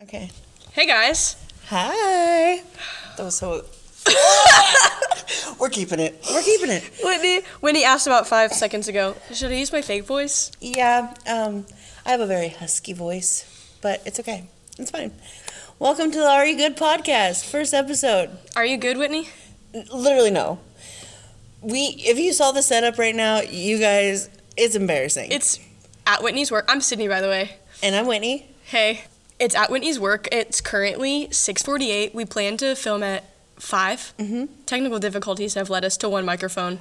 Okay. Hey guys, Hi. That was so. We're keeping it. We're keeping it. Whitney. Whitney asked about five seconds ago. Should I use my fake voice? Yeah. Um, I have a very husky voice, but it's okay. It's fine. Welcome to the Are You Good podcast, first episode. Are you good, Whitney? Literally no. We, if you saw the setup right now, you guys, it's embarrassing. It's at Whitney's work. I'm Sydney, by the way. and I'm Whitney. Hey, it's at Whitney's work. It's currently 6:48. We plan to film at 5 Mhm. Technical difficulties have led us to one microphone.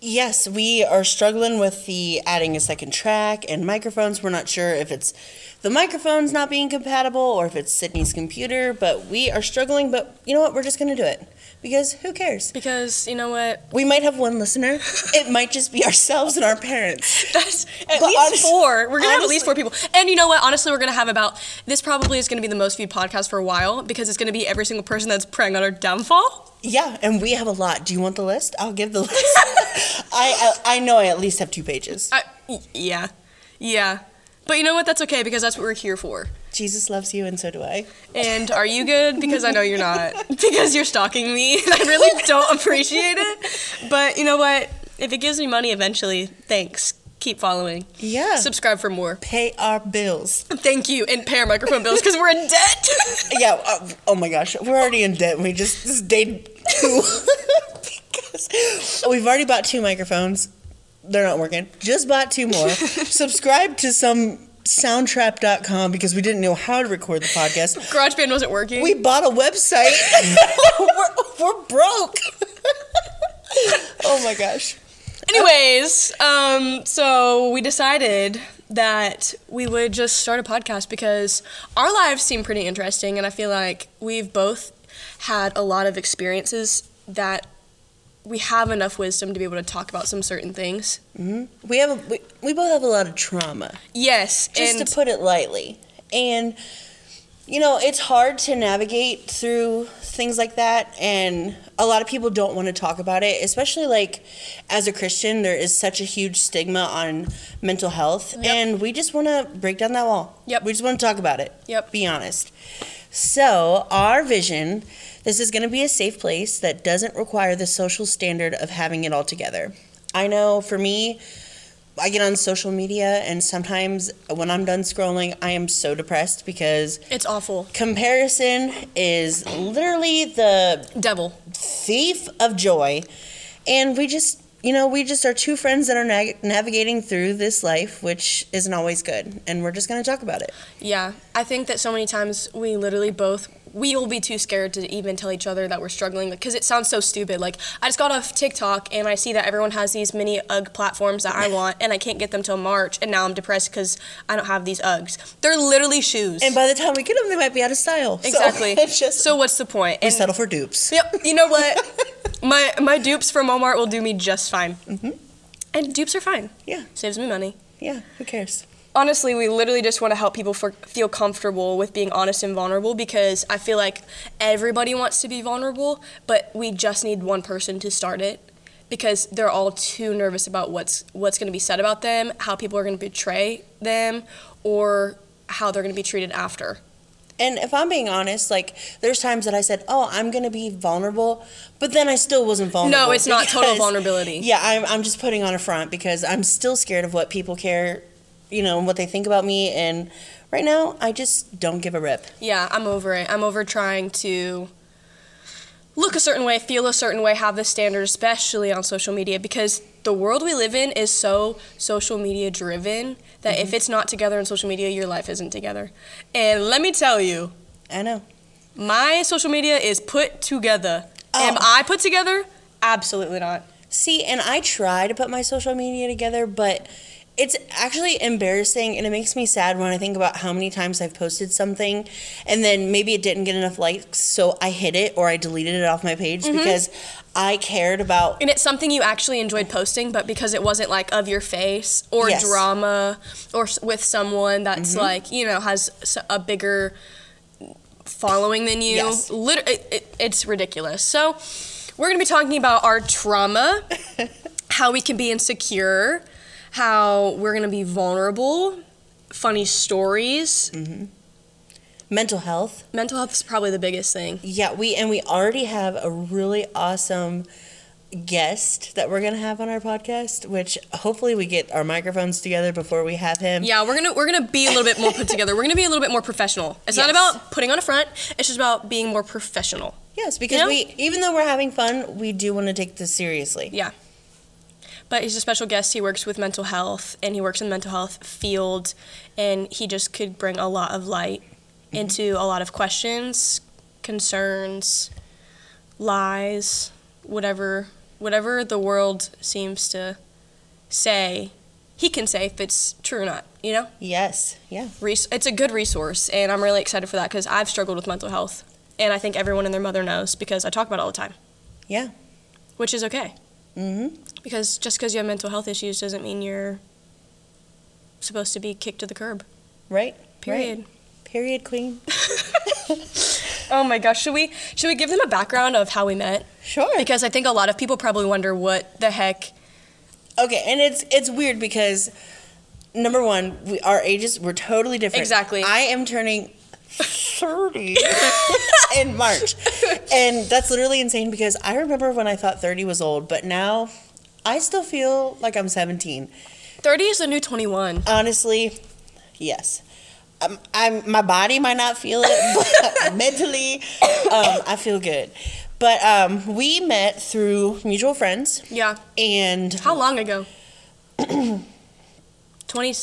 Yes, we are struggling with the adding a second track and microphones. We're not sure if it's the microphone's not being compatible or if it's Sydney's computer, but we are struggling. But you know what? We're just going to do it because who cares? Because you know what? We might have one listener. it might just be ourselves and our parents. That's at But least honest- four. We're gonna have at least honestly- four people. And you know what? Honestly, we're gonna have about this. Probably is gonna be the most viewed podcast for a while because it's gonna be every single person that's preying on our downfall. Yeah, and we have a lot. Do you want the list? I'll give the list. I, I I know I at least have two pages. I, y- yeah, yeah. But you know what? That's okay because that's what we're here for. Jesus loves you, and so do I. And are you good? Because I know you're not. Because you're stalking me. and I really don't appreciate it. But you know what? If it gives me money eventually, thanks. Keep following. Yeah. Subscribe for more. Pay our bills. Thank you. And pay our microphone bills because we're in debt. Yeah. Uh, oh my gosh, we're already in debt. We just this is day two because we've already bought two microphones. They're not working. Just bought two more. Subscribe to some soundtrap.com because we didn't know how to record the podcast. GarageBand wasn't working. We bought a website. we're, we're broke. oh my gosh. Anyways, um, so we decided that we would just start a podcast because our lives seem pretty interesting, and I feel like we've both had a lot of experiences that we have enough wisdom to be able to talk about some certain things. Hmm? We have a, we, we both have a lot of trauma. Yes, just and to put it lightly. And you know, it's hard to navigate through things like that and a lot of people don't want to talk about it, especially like as a Christian, there is such a huge stigma on mental health Yep. and we just want to break down that wall. Yep. We just want to talk about it. Yep. Be honest. So, our vision this is going to be a safe place that doesn't require the social standard of having it all together. I know for me, I get on social media, and sometimes when I'm done scrolling, I am so depressed because it's awful. comparison is literally the Devil. thief of joy. And we just, you know, we just are two friends that are nag navigating through this life, which isn't always good. And we're just going to talk about it. Yeah, I think that so many times we literally both we will be too scared to even tell each other that we're struggling because it sounds so stupid. Like I just got off TikTok and I see that everyone has these mini UGG platforms that I want and I can't get them till March and now I'm depressed because I don't have these UGGs. They're literally shoes. And by the time we get them, they might be out of style. So exactly. So, it's just what's the point? we And- settle for dupes. Yep. You know what? my my dupes from Walmart will do me just fine. Mm-hmm. And dupes are fine. Yeah, Saves me money. yeah. Who cares? honestly, we literally just want to help people for, feel comfortable with being honest and vulnerable because I feel like everybody wants to be vulnerable, but we just need one person to start it because they're all too nervous about what's what's going to be said about them, how people are going to betray them, or how they're going to be treated after. And if I'm being honest, like there's times that I said, "Oh, I'm gonna be vulnerable," but then I still wasn't vulnerable. No, it's not total because- vulnerability. Yeah, I'm, I'm just putting on a front because I'm still scared of what people care, you know, and what they think about me. And right now, I just don't give a rip. Yeah, I'm over it. I'm over trying to look a certain way, feel a certain way, have this standard, especially on social media, because the world we live in is so social media driven that if it's not together on social media, your life isn't together. And let me tell you, I know. my social media is put together. Am Oh. I put together? Absolutely not. See, and I try to put my social media together, but it's actually embarrassing and it makes me sad when I think about how many times I've posted something and then maybe it didn't get enough likes, so I hid it or I deleted it off my page because I cared about And it's something you actually enjoyed posting, but because it wasn't like of your face or Yes. Mm-hmm. drama or s- with someone that's like, you know, has s- a bigger following than you. Yes. Lit- it, it, it's ridiculous. So, we're going to be talking about our trauma, how we can be insecure, Mm. how we're going to be vulnerable, funny stories, mental health. Mental health is probably the biggest thing. Yeah, we and we already have a really awesome guest that we're gonna have on our podcast, which hopefully we get our microphones together before we have him. Yeah, we're gonna we're gonna be a little bit more put together. We're gonna be a little bit more professional. It's not Yes. about putting on a front. It's just about being more professional. Yes, because You know? we even though we're having fun, we do want to take this seriously. Yeah. But he's a special guest. He works with mental health and he works in the mental health field and he just could bring a lot of light into a lot of questions, concerns, lies, whatever whatever the world seems to say. He can say if it's true or not, you know? Yes. Yeah. Res- it's a good resource and I'm really excited for that cuz I've struggled with mental health and I think everyone and their mother knows because I talk about it all the time. Yeah. Which is okay. Mm-hmm. Because just because you have mental health issues doesn't mean you're supposed to be kicked to the curb. Right. Period. Right. Period, queen. Oh my gosh, should we should we give them a background of how we met? Sure. Because I think a lot of people probably wonder what the heck. Okay, and it's it's weird because number one, we our ages we're totally different. Exactly. I am turning thirty in March, and that's literally insane because I remember when I thought thirty was old, but now I still feel like I'm seventeen. 30 is the new 21. Honestly, yes. I'm, I'm, my body might not feel it, but mentally, um, I feel good. But um, we met through mutual friends, Yeah. and How long ago? 20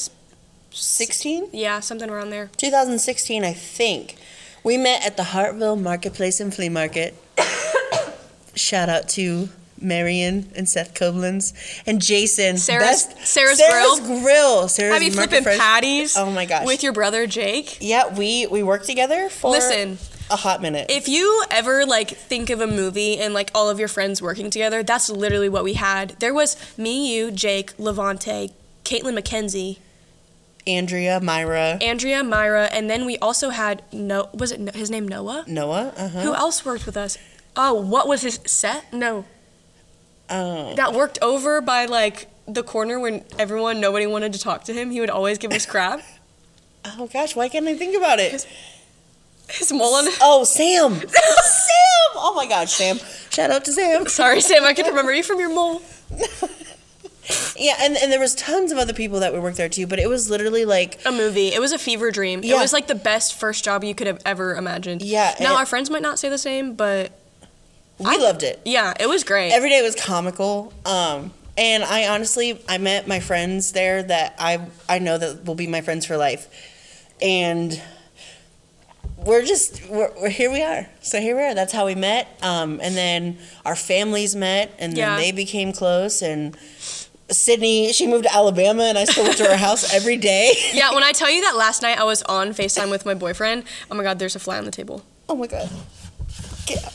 sixteen. Yeah, something around there. 2016, I think. We met at the Hartville Marketplace and Flea Market. Shout out to Marion and Seth Koblenz and Jason. Sarah's- Sarah's Grill. Grill. Sarah's Have you Market flipping Fresh- patties? Oh my gosh. With your brother Jake? yeah, we we worked together for Listen. a hot minute. If you ever like think of a movie and like all of your friends working together, that's literally what we had. There was me, you, Jake, Levante, Caitlin McKenzie, Andrea, Myra, Andrea, Myra, and then we also had no was it no- his name Noah? Noah. Uh-huh. Who else worked with us? Oh, what was his set? No, Oh. that worked over by like the corner when everyone nobody wanted to talk to him. He would always give us crap. oh gosh, why can't I think about it? His mullet. Oh, Sam. Sam. Oh my gosh, Sam. Shout out to Sam. Sorry, Sam, I can remember you from your mole. Yeah, and, and there was tons of other people that we worked there too, but it was literally like a movie. It was a fever dream. It Yeah. was like the best first job you could have ever imagined. Yeah, Now it- our friends might not say the same, but we loved it. yeah, it was great. every day was comical. Um, and I honestly, I met my friends there that I I know that will be my friends for life, and we're just we're, we're here we are. So here we are. That's how we met. Um, and then our families met, and then Yeah. they became close. And Sydney, she moved to Alabama, and I still went to her house every day. yeah, when I tell you that last night I was on FaceTime with my boyfriend, oh my god, there's a fly on the table. Oh my god. Get out.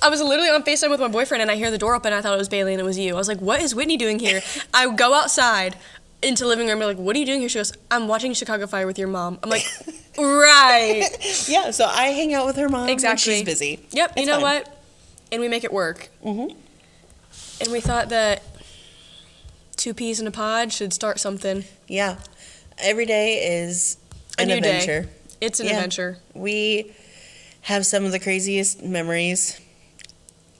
I was literally on FaceTime with my boyfriend and I hear the door open. I thought it was Bailey and it was you. I was like, what is Whitney doing here? I go outside into the living room. They're like, what are you doing here? She goes, I'm watching Chicago Fire with your mom. I'm like, right. Yeah. So I hang out with her mom. Exactly. Exactly. She's busy. Yep. you It's know fine. what? And we make it work. Mhm. And we thought that two peas in a pod should start something. Yeah. Every day is A an new day. adventure. It's an Yeah. adventure. We have some of the craziest memories.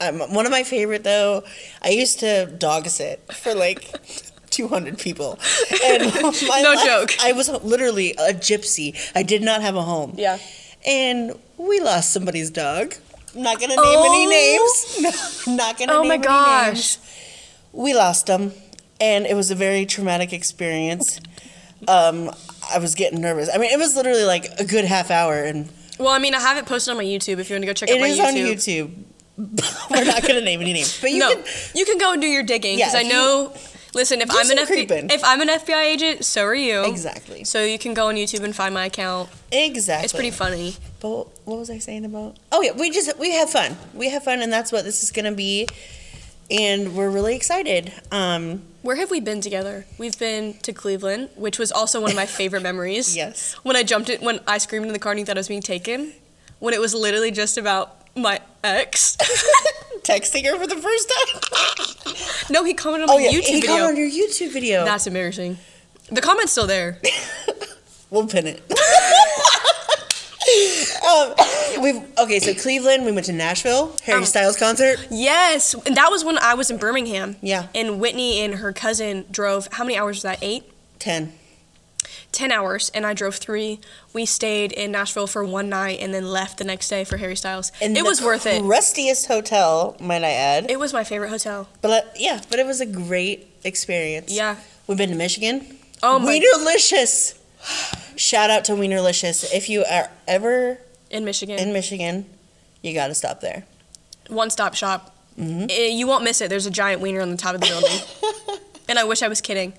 Um, one of my favorite though, I used to dog sit for like 200 people. And my No life- joke. I was literally a gypsy. I did not have a home. Yeah. And we lost somebody's dog. I'm not gonna name Oh. any names. No, I'm not gonna Oh name my any gosh. names. We lost them, and it was a very traumatic experience. Um, I was getting nervous. I mean, it was literally like a good half hour, and Well, I mean, I have it posted on my YouTube if you want to go check it out my is YouTube. on YouTube. We're not gonna name any names, but you no, can. you can go and do your digging Yeah, because I if you- know. listen, if Do I'm an some FBI, creeping. if I'm an FBI agent, so are you. Exactly. So you can go on YouTube and find my account. Exactly. It's pretty funny. But what was I saying about? Oh yeah, we just we have fun. We have fun, and that's what this is gonna be. And we're really excited. Um, Where have we been together? We've been to Cleveland, which was also one of my favorite memories. Yes. When I jumped it, when I screamed in the car and you thought I was being taken, when it was literally just about my ex. texting her for the first time. no, he commented on oh my yeah, YouTube he video. got on your YouTube video. That's embarrassing. The comment's still there. We'll pin it. um, we've okay. So Cleveland. We went to Nashville. Harry Um, Styles concert. Yes, and that was when I was in Birmingham. Yeah. And Whitney and her cousin drove. How many hours was that? Eight, Ten. ten hours, and I drove three. We stayed in Nashville for one night and then left the next day for Harry Styles. In it the was worth it. Rustiest hotel, might I add. It was my favorite hotel. But uh, yeah, but it was a great experience. Yeah. We've been to Michigan. Oh my. Wienerlicious. Shout out to Wienerlicious. If you are ever In Michigan, in Michigan, you got to stop there. Mm-hmm. one stop shop. Eh, you won't miss it. There's a giant wiener on the top of the building, and I wish I was kidding.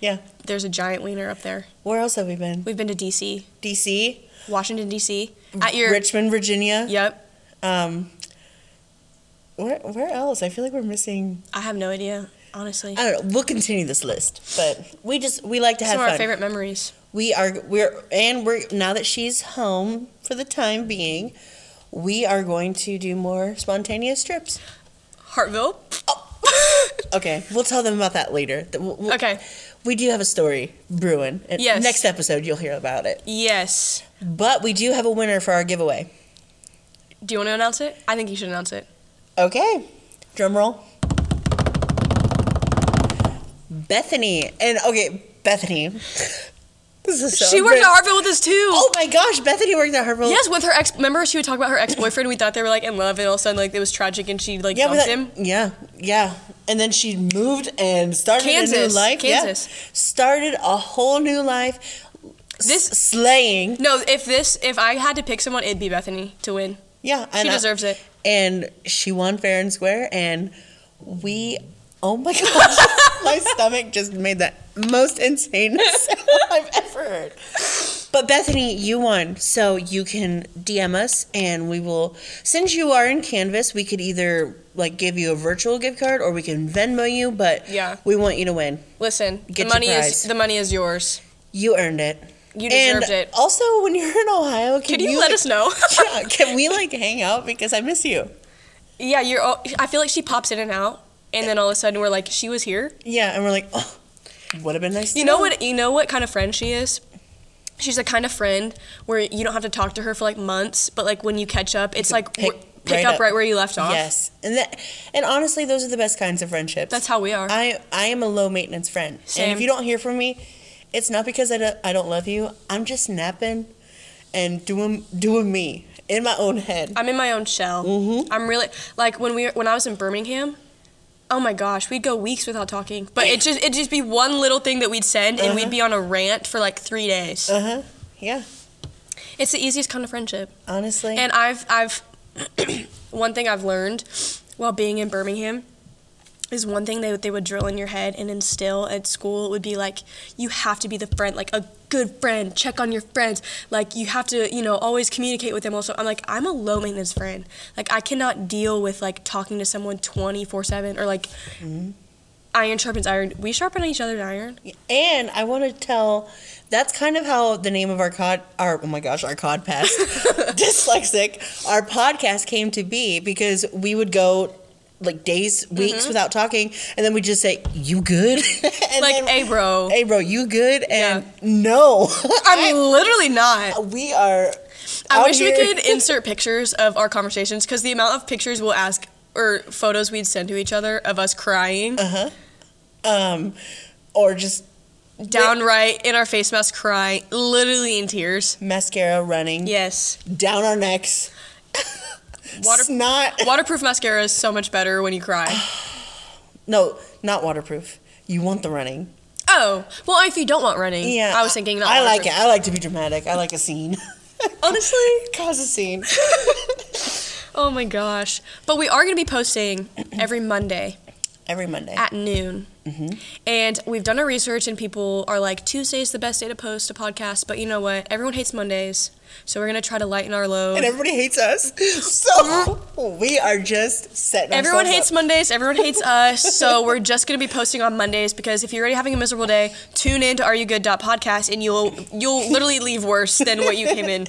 Yeah. There's a giant wiener up there. Where else have we been? We've been to D.C., DC, Washington D.C. Mm. At your Richmond, Virginia. yep. Um where, where else? I feel like we're missing. I have no idea, honestly. I don't know. We'll continue this list, but we just we like to have Some of our fun. favorite memories. we are we're and we're now that she's home for the time being we are going to do more spontaneous trips Hartville. Oh. okay we'll tell them about that later Th- we'll- we'll- Okay. we do have a story brewing and Yes. next episode you'll hear about it Yes. but we do have a winner for our giveaway Do you want to announce it? I think you should announce it. okay drum roll bethany and okay bethany this is so Oh. she worked at embarrassing. Hartville with us too. oh my gosh bethany worked at harvard Yes, with her ex. Remember, she would talk about her ex boyfriend. We thought they were like in love, and all of a sudden, like it was tragic, and she like Yeah, but dumped that, him. yeah, yeah. And then she moved and started a new Kansas, life. yeah. Kansas. Started a whole new life. This This- slaying. No, if this, if I had to pick someone, it'd be Bethany to win. Yeah, and She I- deserves it. And she won fair and square. And we, oh my gosh, my stomach just made that most insane sound I've ever heard. But Bethany, you won, so you can DM us, and we will. Since you are in Canvas, we could either like give you a virtual gift card, or we can Venmo you. But Yeah. we want you to win. Listen, Get the your money prize. is the money is yours. You earned it. You deserved and it. Also, when you're in Ohio, can, Could you, let like- us know? yeah, can we like hang out because I miss you? yeah, you're. All, I feel like she pops in and out, and then all of a sudden we're like, she was here. Yeah, and we're like, oh, would have been nice. You to know what? You know what kind of friend she is. She's the kind of friend where you don't have to talk to her for like months, but like when you catch up, it's like pick pick, pick right up, up. right where you left off. Yes, and that, and honestly, those are the best kinds of friendships. That's how we are. I I am a low maintenance friend, and Same. if you don't hear from me, it's not because I don't, I don't love you. I'm just napping and doing doing me in my own head. I'm in my own shell. Mhm. I'm really like when we were, when I was in Birmingham. Oh my gosh, we'd go weeks without talking, but it just it'd just be one little thing that we'd send, and Uh-huh. we'd be on a rant for like three days. Uh huh. Yeah. It's the easiest kind of friendship. Honestly. And I've I've one thing I've learned while being in Birmingham is one thing they they would drill in your head and instill at school it would be like you have to be the friend like a good friend check on your friends like you have to you know always communicate with them also I'm like I'm a low maintenance friend like I cannot deal with like talking to someone 24/7 or like Mm-hmm. iron sharpens iron we sharpen each other's iron And I want to tell that's kind of how the name of our cod, our oh my gosh, our cod past dyslexic, our podcast came to be because we would go like days, weeks Mm-hmm. without talking, and then we just say, "You good?" and like then, hey bro "Hey, bro, you good?" Yeah. And no, I'm literally not we are. I out wish we here- could insert pictures of our conversations because the amount of pictures we'll ask or photos we'd send to each other of us crying, Uh, Uh-huh. um, or just downright in our face mask, crying, literally in tears. mascara running Yes, down our necks. Water- snot. waterproof mascara is so much better when you cry. No, not waterproof. You want the running. Oh, well, if you don't want running, I was thinking. Not I like it. waterproof. I like to be dramatic. I like a scene. Honestly, Cause a scene. oh my gosh! But we are going to be posting every Monday. Every Monday. at noon. Mm-hmm. And we've done our research, and people are like, Tuesday's the best day to post a podcast, but you know what? Everyone hates Mondays, so we're gonna try to lighten our load. and everybody hates us. So we are just setting Everyone ourselves hates Mondays, everyone hates us, so we're just gonna be posting on Mondays because if you're already having a miserable day, tune in to Are You Good podcast and you'll you'll literally leave worse than what you came in. up.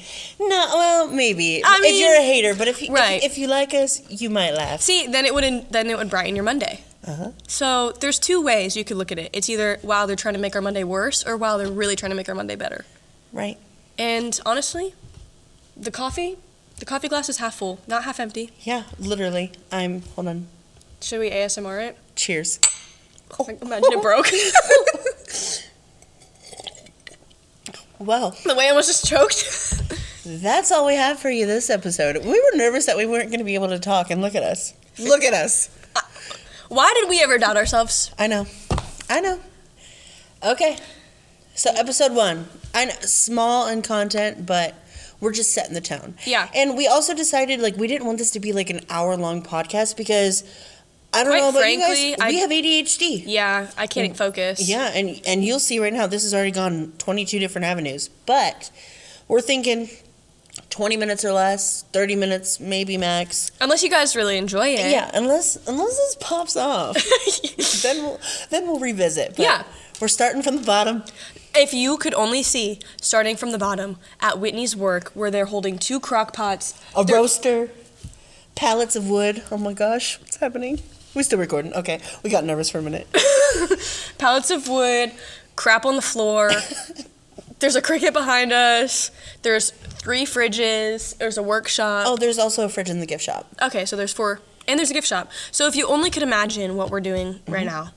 No, well, maybe. I if you're a mean- hater, but if you, Right. if, if you like us, you might laugh. See, then it would not then it would brighten your Monday. Uh-huh. So there's two ways you could look at it. It's either wow they're trying to make our Monday worse, or wow they're really trying to make our Monday better. Right. And honestly, the coffee, the coffee glass is half full, not half empty. Yeah, literally. I'm, hold on. Should we ASMR it? Cheers. Oh. Imagine it broke. Well, the way I was just choked. that's all we have for you this episode. We were nervous that we weren't going to be able to talk, and look at us. Look at us. Why did we ever doubt ourselves? I know. I know. Okay. So episode one, I know, small in content, but we're just setting the tone. Yeah. And we also decided like we didn't want this to be like an hour long podcast because I don't Quite know about you frankly, guys, I- we have ADHD. Yeah, I can't focus. Yeah, and and you'll see right now this has already gone 22 different avenues, but we're thinking 20 minutes or less, 30 minutes maybe max. Unless you guys really enjoy it. Yeah, unless unless this pops off, then we'll then we'll revisit. But Yeah. We're starting from the bottom. If you could only see, starting from the bottom, at Whitney's work, where they're holding two crock pots. A They're- roaster, pallets of wood. Oh my gosh, what's happening? We still recording. Okay, we got nervous for a minute. pallets of wood, crap on the floor. there's a cricket behind us. There's three fridges. There's a workshop. Oh, there's also a fridge in the gift shop. Okay, so there's four. And there's a gift shop. So if you only could imagine what we're doing right now,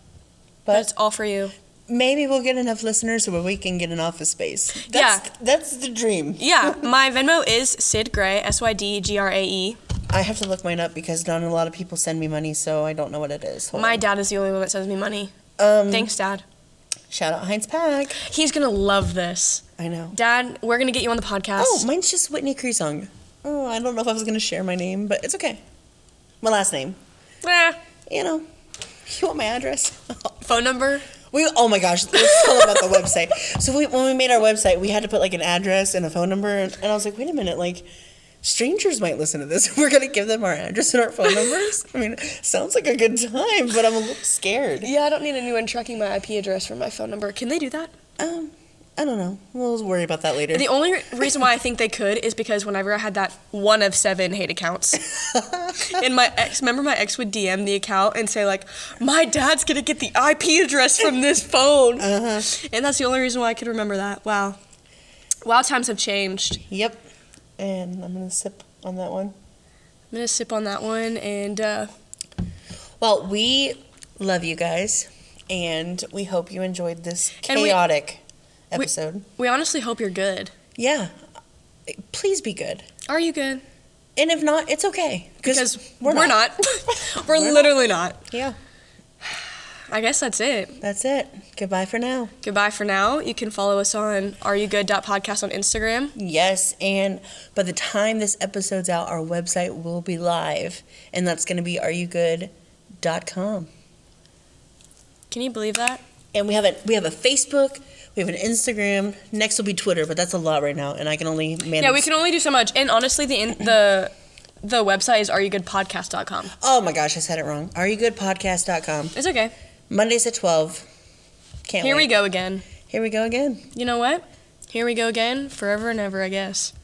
But that's all for you. maybe we'll get enough listeners where we can get an office space. That's, Yeah. That's the dream. Yeah, my Venmo is Sid Gray, S Y D G R A E. I have to look mine up because not a lot of people send me money, so I don't know what it is. Hold My dad is the only one that sends me money. on. um, Thanks, Dad. shout out Heinz Pack. He's gonna love this. I know. Dad, we're gonna get you on the podcast. Oh, mine's just Whitney Creasong. Oh, I don't know if I was going to share my name, but it's okay. My last name. Eh, You know, you want my address? phone number? We oh my gosh, let's tell about the website. So we, when we made our website, we had to put like an address and a phone number, and, and I was like, wait a minute, like strangers might listen to this. We're gonna give them our address and our phone numbers. I mean, sounds like a good time, but I'm a little scared. Yeah, I don't need anyone tracking my IP address from my phone number. Can they do that? Um, I don't know. We'll worry about that later. The only re- reason why I think they could is because whenever I had that one of seven hate accounts, and my ex, remember my ex would DM the account and say like, "My dad's gonna get the IP address from this phone," Uh-huh. and that's the only reason why I could remember that. Wow, wow, times have changed. Yep. And I'm gonna sip on that one. I'm gonna sip on that one, and uh, Well, we love you guys, and we hope you enjoyed this And we- chaotic episode. we honestly hope you're good. yeah. Please be good. Are you good? And if not, it's okay. Because we're, not. we're, We're literally not. Yeah. I guess that's it. That's it. Goodbye for now. Goodbye for now. You can follow us on areyougood.podcast on Instagram. Yes, and by the time this episode's out, our website will be live, and that's going to be areyougood.com. Can you believe that? And we have a we have a Facebook, we have an Instagram. Next will be Twitter, but that's a lot right now, and I can only manage. Yeah, we can only do so much. And honestly, the in, the the website is areyougoodpodcast.com. Oh my gosh, I said it wrong. Areyougoodpodcast.com. It's okay. Mondays at twelve. Can't Here wait. we go again. Here we go again. You know what? Here we go again, forever and ever, I guess.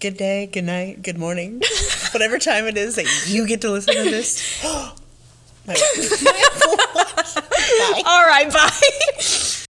Good day, good night, good morning, whatever time it is that you get to listen to this. My- All right, bye.